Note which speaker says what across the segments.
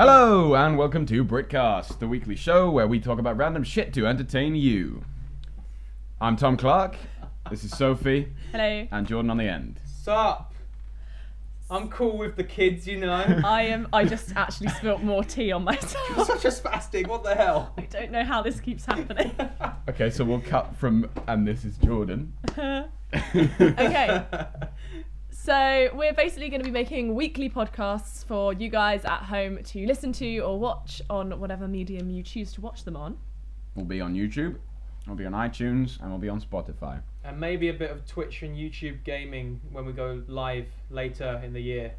Speaker 1: and welcome to Britcast, the weekly show where we talk about random shit to entertain you. I'm Tom Clark. This is Sophie
Speaker 2: Hello.
Speaker 1: and Jordan on the end.
Speaker 3: Sup? I'm cool with the kids, you know.
Speaker 2: I am. I just actually spilt more tea on
Speaker 3: I'm
Speaker 2: myself.
Speaker 3: such a spastic. What the hell?
Speaker 2: I don't know how this keeps happening.
Speaker 1: Okay, so we'll cut from and this is Jordan.
Speaker 2: okay, so we're basically going to be making weekly podcasts for you guys at home to listen to or watch on whatever medium you choose to watch them on.
Speaker 1: We'll be on YouTube, we'll be on iTunes, and we'll be on Spotify.
Speaker 3: And maybe a bit of Twitch and YouTube gaming when we go live later in the year.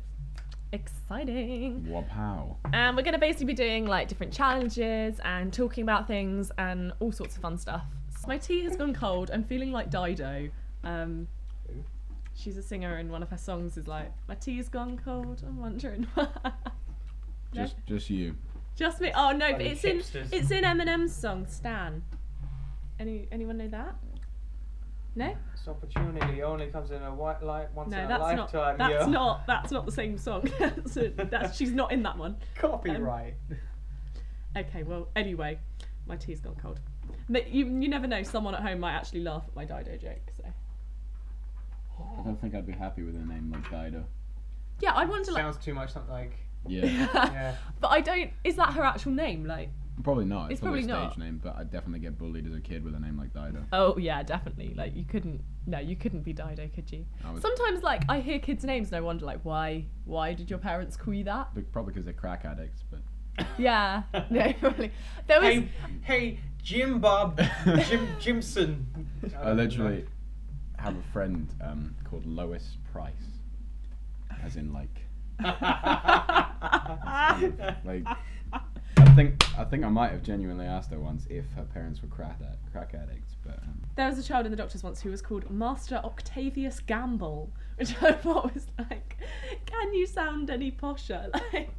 Speaker 2: Exciting.
Speaker 1: Wapow.
Speaker 2: And we're going to basically be doing like different challenges and talking about things and all sorts of fun stuff. So my tea has gone cold. I'm feeling like Dido. Um,
Speaker 3: Who?
Speaker 2: she's a singer, and one of her songs is like, "My tea's gone cold. I'm wondering why." No?
Speaker 1: Just just you.
Speaker 2: Just me. Oh no, but
Speaker 3: Bloody
Speaker 2: it's in
Speaker 3: hipsters.
Speaker 2: it's in Eminem's song Stan. Any anyone know that? No,
Speaker 3: This opportunity only comes in a white light once
Speaker 2: no,
Speaker 3: in a
Speaker 2: that's not
Speaker 3: lifetime.
Speaker 2: that's
Speaker 3: yo.
Speaker 2: not that's not the same song. so that's she's not in that one.
Speaker 3: copyright.
Speaker 2: um, Okay, well anyway, my tea's gone cold. But you you never know. Someone at home might actually laugh at my Dido joke. So
Speaker 1: I don't think I'd be happy with a name like Dido.
Speaker 2: yeah, I want to like.
Speaker 3: Sounds too much something like.
Speaker 1: Yeah.
Speaker 3: Yeah.
Speaker 2: but I don't. Is that her actual name? Like,
Speaker 1: Probably not. It's,
Speaker 2: It's
Speaker 1: probably,
Speaker 2: probably
Speaker 1: a
Speaker 2: not.
Speaker 1: stage name, but I'd definitely get bullied as a kid with a name like Dido.
Speaker 2: oh yeah, definitely. Like you couldn't. No, you couldn't be Dido, could you?
Speaker 1: I would
Speaker 2: Sometimes like I hear kids' names and I wonder like why why did your parents call you that?
Speaker 1: probably because they're crack addicts, but
Speaker 2: Yeah, no, probably. There was
Speaker 3: Hey, hey, Jim Bob, Jim Jimson.
Speaker 1: I literally have a friend um, called Lois Price, as in like like. I think I think I might have genuinely asked her once if her parents were crack ad- crack addicts, but um,
Speaker 2: there was a child in the doctors once who was called Master Octavius Gamble, which I thought was like, can you sound any posher? Like,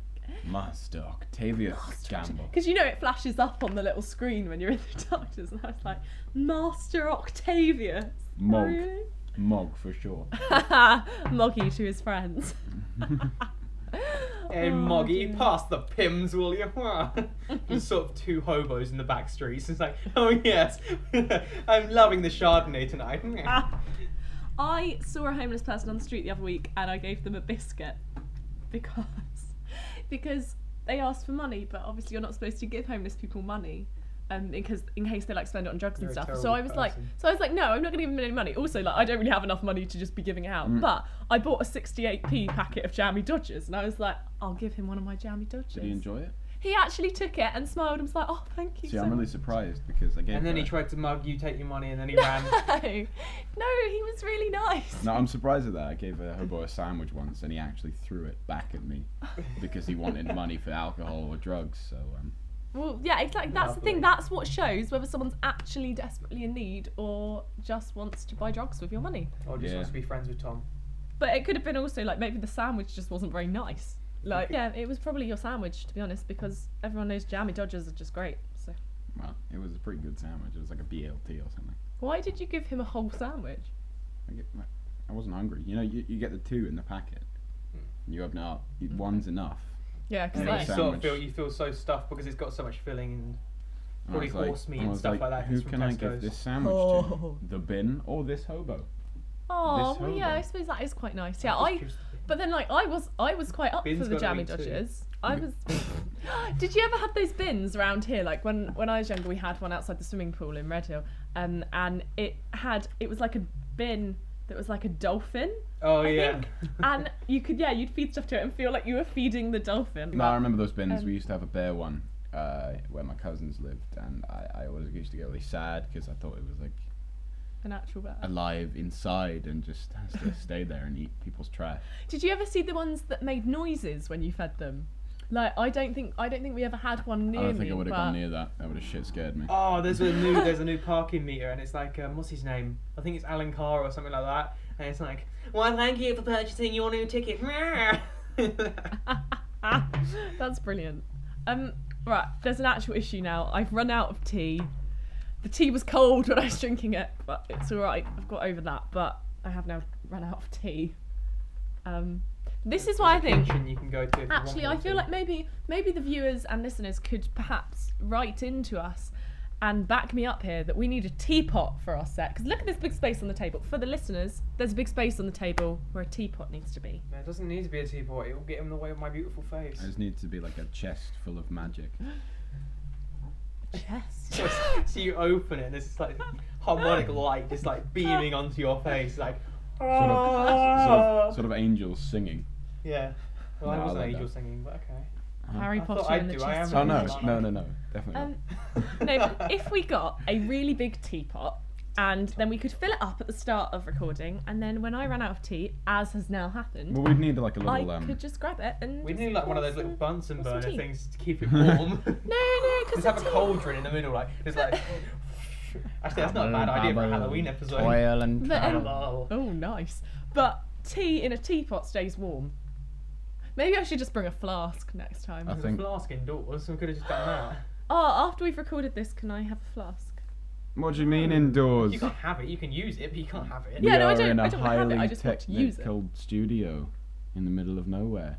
Speaker 1: Master Octavius Gamble.
Speaker 2: because you know it flashes up on the little screen when you're in the doctors, and I was like, Master Octavius.
Speaker 1: Mog.
Speaker 2: Really?
Speaker 1: Mog for sure.
Speaker 2: Moggy to his friends. Oh,
Speaker 3: Hey, Moggy,
Speaker 2: dear.
Speaker 3: pass the pims, will you? There's sort of two hobos in the back streets. It's like, oh yes, I'm loving the Chardonnay tonight.
Speaker 2: Ah. I saw a homeless person on the street the other week and I gave them a biscuit because because they asked for money, but obviously you're not supposed to give homeless people money. Um, because in case they like spend it on drugs
Speaker 3: You're a
Speaker 2: and stuff. So
Speaker 3: terrible
Speaker 2: I was like,
Speaker 3: person.
Speaker 2: so I was like, no, I'm not gonna give them any money. Also, like, I don't really have enough money to just be giving it
Speaker 1: Mm.
Speaker 2: out. But I bought a 68p packet of jammy dodgers, and I was like, I'll give him one of my jammy dodgers.
Speaker 1: Did he enjoy it?
Speaker 2: He actually took it and smiled and was like, oh, thank you.
Speaker 1: See,
Speaker 2: so
Speaker 1: I'm really surprised because I gave.
Speaker 3: and then
Speaker 1: her-
Speaker 3: he tried to mug you, take your money, and then he ran.
Speaker 2: much." no, no, he was really nice.
Speaker 1: No, I'm surprised at that. I gave a hobo a sandwich once, and he actually threw it back at me because he wanted money for alcohol or drugs. So um,
Speaker 2: Well, yeah, exactly. That's the thing.
Speaker 3: Lovely.
Speaker 2: That's what shows whether someone's actually desperately in need or just wants to buy drugs with your money.
Speaker 3: Or Oh, just
Speaker 1: Yeah.
Speaker 3: wants to be friends with Tom.
Speaker 2: But it could have been also like maybe the sandwich just wasn't very nice. Like, yeah, it was probably your sandwich to be honest, because everyone knows jammy dodgers are just great. So
Speaker 1: well, it was a pretty good sandwich. It was like a BLT or something.
Speaker 2: why did you give him a whole sandwich?
Speaker 1: I, get, I wasn't hungry. You know, you, you get the two in the packet.
Speaker 3: Hmm.
Speaker 1: You open it up. You, one's enough.
Speaker 2: Yeah, because
Speaker 3: And
Speaker 1: Yeah,
Speaker 2: like,
Speaker 3: then you
Speaker 1: so-
Speaker 3: sort
Speaker 1: sandwich.
Speaker 3: of feel you feel so stuffed because it's got so much filling. And
Speaker 1: And
Speaker 3: Probably
Speaker 1: I was like-
Speaker 3: horse meat
Speaker 1: I
Speaker 3: and
Speaker 1: was
Speaker 3: stuff like that,
Speaker 1: Who
Speaker 3: just from
Speaker 1: can I give
Speaker 3: Tesco's."
Speaker 1: this sandwich
Speaker 2: Oh.
Speaker 1: to? The bin or this hobo?
Speaker 2: oh,
Speaker 1: this
Speaker 2: well, yeah,
Speaker 1: hobo.
Speaker 2: I suppose that is quite nice. Yeah,
Speaker 3: Just
Speaker 2: I.
Speaker 3: choose the-
Speaker 2: But then, like, I was, I was quite up
Speaker 3: Bin's
Speaker 2: for the
Speaker 3: gotta
Speaker 2: jammy
Speaker 3: eat too.
Speaker 2: dodgers. I was. Did you ever have those bins around here? Like when when I was younger, we had one outside the swimming pool in Redhill, um, and it had it was like a bin that was like a dolphin,
Speaker 3: oh
Speaker 2: I
Speaker 3: yeah.
Speaker 2: think. and you could yeah, you'd feed stuff to it and feel like you were feeding the dolphin.
Speaker 1: No, I remember those bins.
Speaker 2: Um,
Speaker 1: we used to have a bare one uh, where my cousins lived, and I, I always used to get really sad because I thought it was like
Speaker 2: An actual bear.
Speaker 1: alive inside and just has to stay there and eat people's trash.
Speaker 2: Did you ever see the ones that made noises when you fed them? Like I don't think I don't think we ever had one near
Speaker 1: I don't
Speaker 2: me.
Speaker 1: think I would have
Speaker 2: but
Speaker 1: gone near that. That would have shit scared me.
Speaker 3: Oh, there's a new there's a new parking meter, and it's like um, what's his name? I think it's Alan Carr or something like that. And it's like, well, thank you for purchasing your new ticket.
Speaker 2: That's brilliant. Um, right, there's an actual issue now. I've run out of tea. The tea was cold when I was drinking it, but it's all right. I've got over that. But I have now run out of tea. Um, This is why I think
Speaker 3: Convention you can go to. if you want
Speaker 2: Actually, I
Speaker 3: one
Speaker 2: feel
Speaker 3: to.
Speaker 2: like maybe maybe the viewers and listeners could perhaps write into us and back me up here that we need a teapot for our set. Because look at this big space on the table. For the listeners, there's a big space on the table where a teapot needs to be.
Speaker 3: No, it doesn't need to be a teapot. It will get in the way of my beautiful face.
Speaker 1: I just need to be like a chest full of magic.
Speaker 2: Chest.
Speaker 3: so you open it, and there's this like harmonic light just like beaming onto your face, like.
Speaker 1: Sort of, sort
Speaker 3: Ah.
Speaker 1: of, sort of angels singing.
Speaker 3: Yeah. Well, I
Speaker 1: No, I
Speaker 3: wasn't
Speaker 1: like
Speaker 3: angel
Speaker 1: that.
Speaker 3: singing, but okay.
Speaker 2: Harry
Speaker 3: I thought
Speaker 2: Potter
Speaker 3: I'd
Speaker 2: and the
Speaker 3: do, I
Speaker 2: chest.
Speaker 1: Uh-huh. Oh
Speaker 3: haven't
Speaker 1: no,
Speaker 3: Like-
Speaker 1: no, no, no, definitely
Speaker 2: Um, no, but if we got a really big teapot and then we could fill it up at the start of recording, and then when I ran out of tea, as has now
Speaker 1: not.
Speaker 2: happened,
Speaker 1: Well, we'd need like a little.
Speaker 2: I
Speaker 1: um,
Speaker 2: could just grab it and.
Speaker 3: We
Speaker 2: just
Speaker 3: need like one of
Speaker 2: pour
Speaker 3: those little
Speaker 2: some-
Speaker 3: Bunsen
Speaker 2: pour some
Speaker 3: burner
Speaker 2: tea.
Speaker 3: things to keep it warm.
Speaker 2: No, no, because
Speaker 3: just have a cauldron in the middle, like just like. Actually, that's not a bad idea for a Halloween episode.
Speaker 1: Toil and
Speaker 2: But, um,
Speaker 1: trouble.
Speaker 3: Lol.
Speaker 2: Oh, nice. But tea in a teapot stays warm. Maybe I should just bring a flask next time.
Speaker 1: I
Speaker 3: There's a
Speaker 1: think-
Speaker 3: flask indoors. We could have just done
Speaker 2: Oh, after we've recorded this, can I have a flask?
Speaker 1: What do you mean
Speaker 3: that.
Speaker 1: indoors?
Speaker 3: You can't have it. You can use it, but you can't have it.
Speaker 2: Yeah,
Speaker 1: we
Speaker 2: no, I
Speaker 1: are
Speaker 2: don't-
Speaker 1: in a
Speaker 2: I don't wanna have it,
Speaker 1: highly
Speaker 2: I just want to use it.
Speaker 1: technical studio in the middle of nowhere.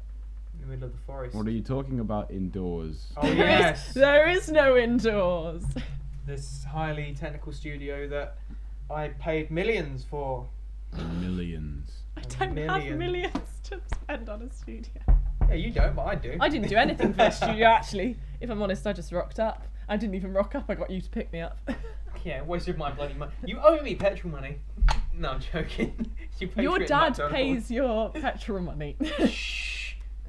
Speaker 3: In the middle of the forest.
Speaker 1: What are you talking about indoors?
Speaker 3: Oh
Speaker 2: There is-
Speaker 3: yes.
Speaker 2: there is no indoors.
Speaker 3: This highly technical studio that I paid millions for.
Speaker 1: Millions.
Speaker 2: I don't have
Speaker 3: Millions.
Speaker 2: millions to spend on a studio.
Speaker 3: Yeah, you don't, but I do.
Speaker 2: I didn't do anything for a studio, actually. If I'm honest, I just rocked up. I didn't even rock up, I got you to pick me up.
Speaker 3: Yeah, wasted my bloody money. You owe me petrol money. No, I'm joking. You pay
Speaker 2: Your
Speaker 3: for it at
Speaker 2: dad
Speaker 3: McDonald's.
Speaker 2: pays your petrol money.
Speaker 3: Shh.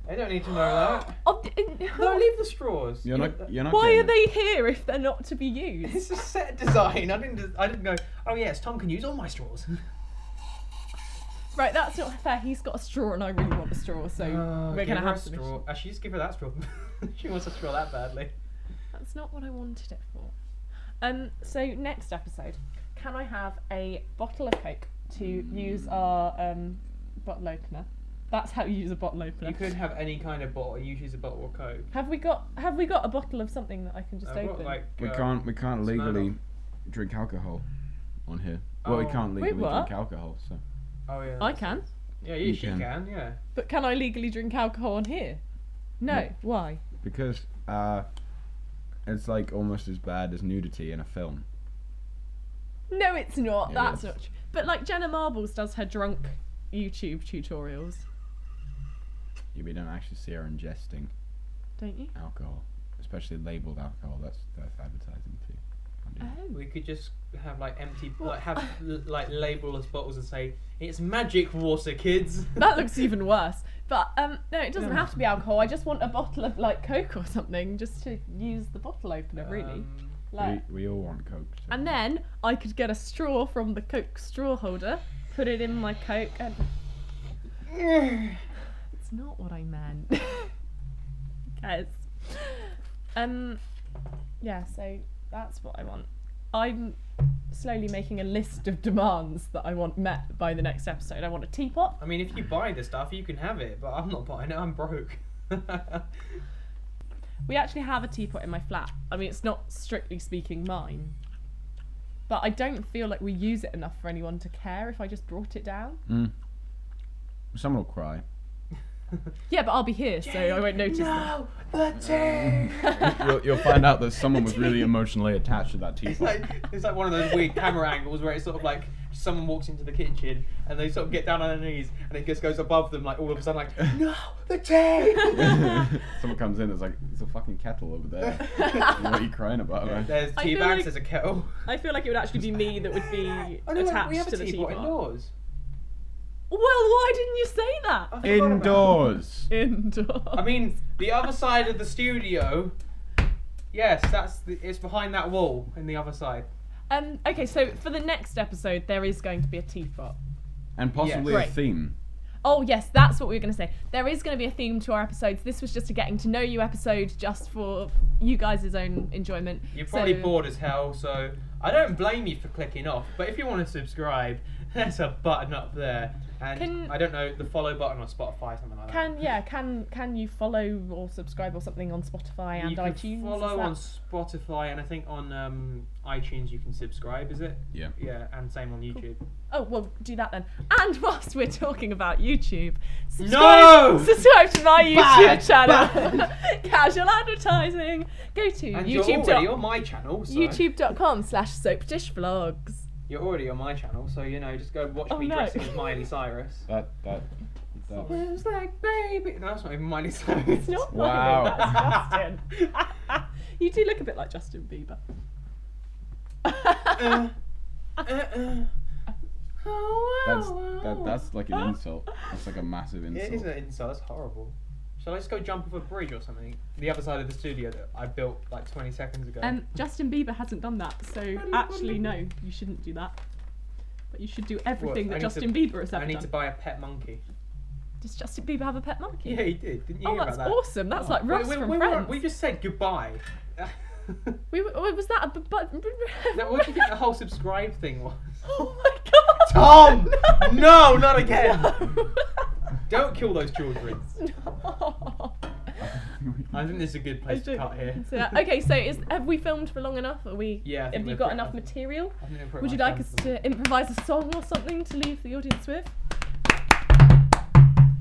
Speaker 3: I don't need to know that.
Speaker 2: Oh, d-
Speaker 3: No, leave the straws.
Speaker 1: You're
Speaker 3: You-
Speaker 1: not. You're not.
Speaker 2: Why
Speaker 1: getting
Speaker 2: are they here if they're not to be used?
Speaker 3: It's a set design. I didn't. des- I didn't go. Oh yes, Tom can use all my straws.
Speaker 2: Right, that's not fair. He's got a straw and I really want a straw, so
Speaker 3: Uh,
Speaker 2: we're
Speaker 3: give
Speaker 2: gonna
Speaker 3: her a
Speaker 2: have to.
Speaker 3: straw. Actually, just give her that straw. she wants a straw that badly.
Speaker 2: That's not what I wanted it for. Um, so next episode, can I have a bottle of Coke to use our um bottle opener? That's how you use a bottle opener.
Speaker 3: You could have any kind of bottle. You choose a bottle of coke.
Speaker 2: Have we got have we got a bottle of something that I can just
Speaker 3: Uh,
Speaker 2: open?
Speaker 3: what, like,
Speaker 1: We
Speaker 3: uh,
Speaker 1: can't. We can't
Speaker 3: Smirnoff.
Speaker 1: legally drink alcohol on here. Well, we
Speaker 3: Oh.
Speaker 1: can't
Speaker 2: Wait,
Speaker 1: legally
Speaker 2: what?
Speaker 1: drink alcohol. So
Speaker 3: Oh yeah.
Speaker 2: I
Speaker 3: that's-
Speaker 2: can,
Speaker 3: Yeah, you,
Speaker 1: You
Speaker 3: she
Speaker 1: can.
Speaker 3: can. Yeah.
Speaker 2: but can I legally drink alcohol on here? No.
Speaker 1: No.
Speaker 2: Why?
Speaker 1: because uh, it's like almost as bad as nudity in a film.
Speaker 2: No, it's not.
Speaker 1: It
Speaker 2: that's
Speaker 1: is.
Speaker 2: not. True. But like Jenna Marbles does her drunk YouTube tutorials,
Speaker 1: You we don't actually see her ingesting
Speaker 2: don't you?
Speaker 1: alcohol, especially labeled alcohol. That's that's advertising too. Can't
Speaker 2: Uh,
Speaker 1: do that.
Speaker 2: Oh.
Speaker 3: We could just have like empty, like have l- like labelless bottles and say it's magic water, kids.
Speaker 2: That looks even worse. But um, no, it doesn't
Speaker 3: Yeah.
Speaker 2: have to be alcohol. I just want a bottle of like Coke or something, just to use the bottle opener, really.
Speaker 3: Um,
Speaker 2: Like,
Speaker 1: we, we all want coke. so-
Speaker 2: and then I could get a straw from the Coke straw holder, put it in my Coke, and it's not what I meant, guys. Um, yeah. So that's what I want. I'm slowly making a list of demands that I want met by the next episode. I want a teapot.
Speaker 3: I mean, if you buy the stuff, you can have it, but I'm not buying it. I'm broke.
Speaker 2: We actually have a teapot in my flat. I mean, it's not strictly speaking mine. But I don't feel like we use it enough for anyone to care if I just brought it down.
Speaker 1: Mm. Someone will cry.
Speaker 2: Yeah, but I'll be here, so I won't notice. that.
Speaker 3: no, the tea.
Speaker 1: You'll, you'll find out that someone was really emotionally attached to that
Speaker 3: It's
Speaker 1: teapot.
Speaker 3: like it's like one of those weird camera angles where it's sort of like someone walks into the kitchen and they sort of get down on their knees and it just goes above them like all of a sudden like no the tea.
Speaker 1: Someone comes in, it's like, there's a fucking kettle over there. what are you crying about, man?
Speaker 3: There's
Speaker 2: I
Speaker 3: tea
Speaker 2: feel
Speaker 3: bags.
Speaker 2: like-
Speaker 3: There's a kettle.
Speaker 2: I feel like it would actually be me that would be
Speaker 3: Oh, no,
Speaker 2: attached
Speaker 3: we have a
Speaker 2: to the
Speaker 3: teapot
Speaker 2: teapot.
Speaker 3: indoors.
Speaker 2: Well, why didn't you say that?
Speaker 3: I forgot about it.
Speaker 1: Indoors!
Speaker 2: Indoor.
Speaker 3: Oh. I mean, the other side of the studio. Yes, that's the, it's behind that wall in the other side.
Speaker 2: um, okay, so for the next episode, there is going to be a teapot.
Speaker 1: And possibly
Speaker 2: Right.
Speaker 1: a theme.
Speaker 2: Oh yes, that's what we were going to say. There is going to be a theme to our episodes. This was just a getting to know you episode, just for you guys' own enjoyment.
Speaker 3: You're probably
Speaker 2: So-
Speaker 3: bored as hell, so I don't blame you for clicking off. But if you want to subscribe, there's a button up there. And
Speaker 2: Can-
Speaker 3: I don't know the follow button on Spotify, something like
Speaker 2: Can
Speaker 3: that.
Speaker 2: yeah, can can you follow or subscribe or something on Spotify and
Speaker 3: you can
Speaker 2: iTunes? Is
Speaker 3: follow
Speaker 2: that-
Speaker 3: on Spotify and I think on um, iTunes you can subscribe. Is it?
Speaker 1: Yeah.
Speaker 3: Yeah, and same on YouTube.
Speaker 2: Oh well, do that then. And whilst we're talking about YouTube, subscribe,
Speaker 3: No!
Speaker 2: subscribe to my YouTube
Speaker 3: Bad,
Speaker 2: channel,
Speaker 3: bad.
Speaker 2: Casual Advertising. Go to
Speaker 3: And you're
Speaker 2: YouTube.
Speaker 3: already on my channel. So
Speaker 2: YouTube.com slash soapdish vlogs.
Speaker 3: You're already on my channel, so you know, just go watch
Speaker 2: Oh,
Speaker 3: me
Speaker 2: no.
Speaker 3: dressing as Miley Cyrus.
Speaker 1: That that. that.
Speaker 3: Feels like baby. No, that's not even Miley Cyrus. It's
Speaker 2: Not
Speaker 1: Wow.
Speaker 2: mine, that's Justin.
Speaker 4: You do look a bit like Justin Bieber.
Speaker 3: uh, uh, uh. Oh, wow,
Speaker 1: That's that,
Speaker 3: wow.
Speaker 1: that's like an insult. That's like a massive insult.
Speaker 3: It is an insult. That's horrible. Shall I just go jump off a bridge or something? The other side of the studio that I built like 20 seconds ago.
Speaker 4: Um, Justin Bieber hasn't done that, so actually no, you shouldn't do that. But you should do everything
Speaker 3: I
Speaker 4: that
Speaker 3: need
Speaker 4: Justin
Speaker 3: to-
Speaker 4: Bieber has
Speaker 3: I
Speaker 4: ever
Speaker 3: need
Speaker 4: done.
Speaker 3: to buy a pet monkey.
Speaker 4: Does Justin Bieber have a pet monkey?
Speaker 3: Yeah, he did. Didn't you
Speaker 2: oh,
Speaker 3: hear
Speaker 2: that's
Speaker 3: about that?
Speaker 2: awesome. That's like
Speaker 3: Wait,
Speaker 2: Ross
Speaker 3: we,
Speaker 2: from
Speaker 3: we, were-
Speaker 2: Friends.
Speaker 3: we just said goodbye.
Speaker 2: We were- oh, was that a bu- but?
Speaker 3: now, what do you think the whole subscribe thing was?
Speaker 2: Oh my god!
Speaker 3: Tom! No, not again!
Speaker 2: No.
Speaker 3: Don't kill those children.
Speaker 2: No.
Speaker 3: I think this is a good place to cut here.
Speaker 2: So that- okay, so is have we filmed for long enough? Are we?
Speaker 3: Yeah, I think
Speaker 2: Have you
Speaker 3: we're
Speaker 2: got
Speaker 3: pretty-
Speaker 2: enough
Speaker 3: I think-
Speaker 2: material?
Speaker 3: I think we're pretty
Speaker 2: Would you
Speaker 3: much
Speaker 2: like
Speaker 3: done
Speaker 2: us
Speaker 3: for
Speaker 2: to improvise a song or something to leave the audience with?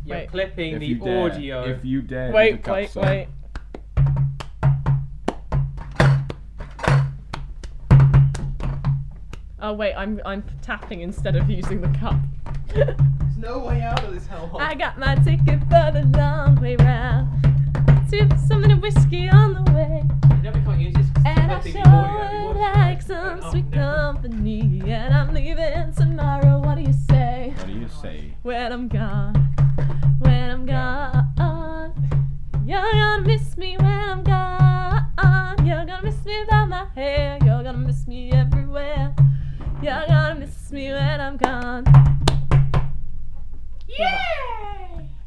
Speaker 3: You're
Speaker 2: Wait.
Speaker 3: clipping
Speaker 1: If
Speaker 3: the
Speaker 1: you dare,
Speaker 3: audio.
Speaker 1: If you dare. do the
Speaker 2: Wait,
Speaker 1: cup
Speaker 2: wait,
Speaker 1: song.
Speaker 2: wait. Oh wait, I'm I'm tapping instead of using the cup.
Speaker 3: There's no way out of this hellhole.
Speaker 2: I got my ticket for the long way round. Sip something of whiskey on the way.
Speaker 3: No, we can't use this. 'cause
Speaker 2: And I
Speaker 3: it's supposed to be audio. We
Speaker 2: sure would
Speaker 3: watched it.
Speaker 2: like
Speaker 3: Oh,
Speaker 2: some
Speaker 3: no.
Speaker 2: sweet company. And I'm leaving tomorrow. What do you say?
Speaker 1: What do you say?
Speaker 2: When I'm gone, when I'm gone, you're gonna miss me when I'm gone. You're gonna miss me without my hair. You're gonna miss me everywhere. You're gonna miss me when I'm gone.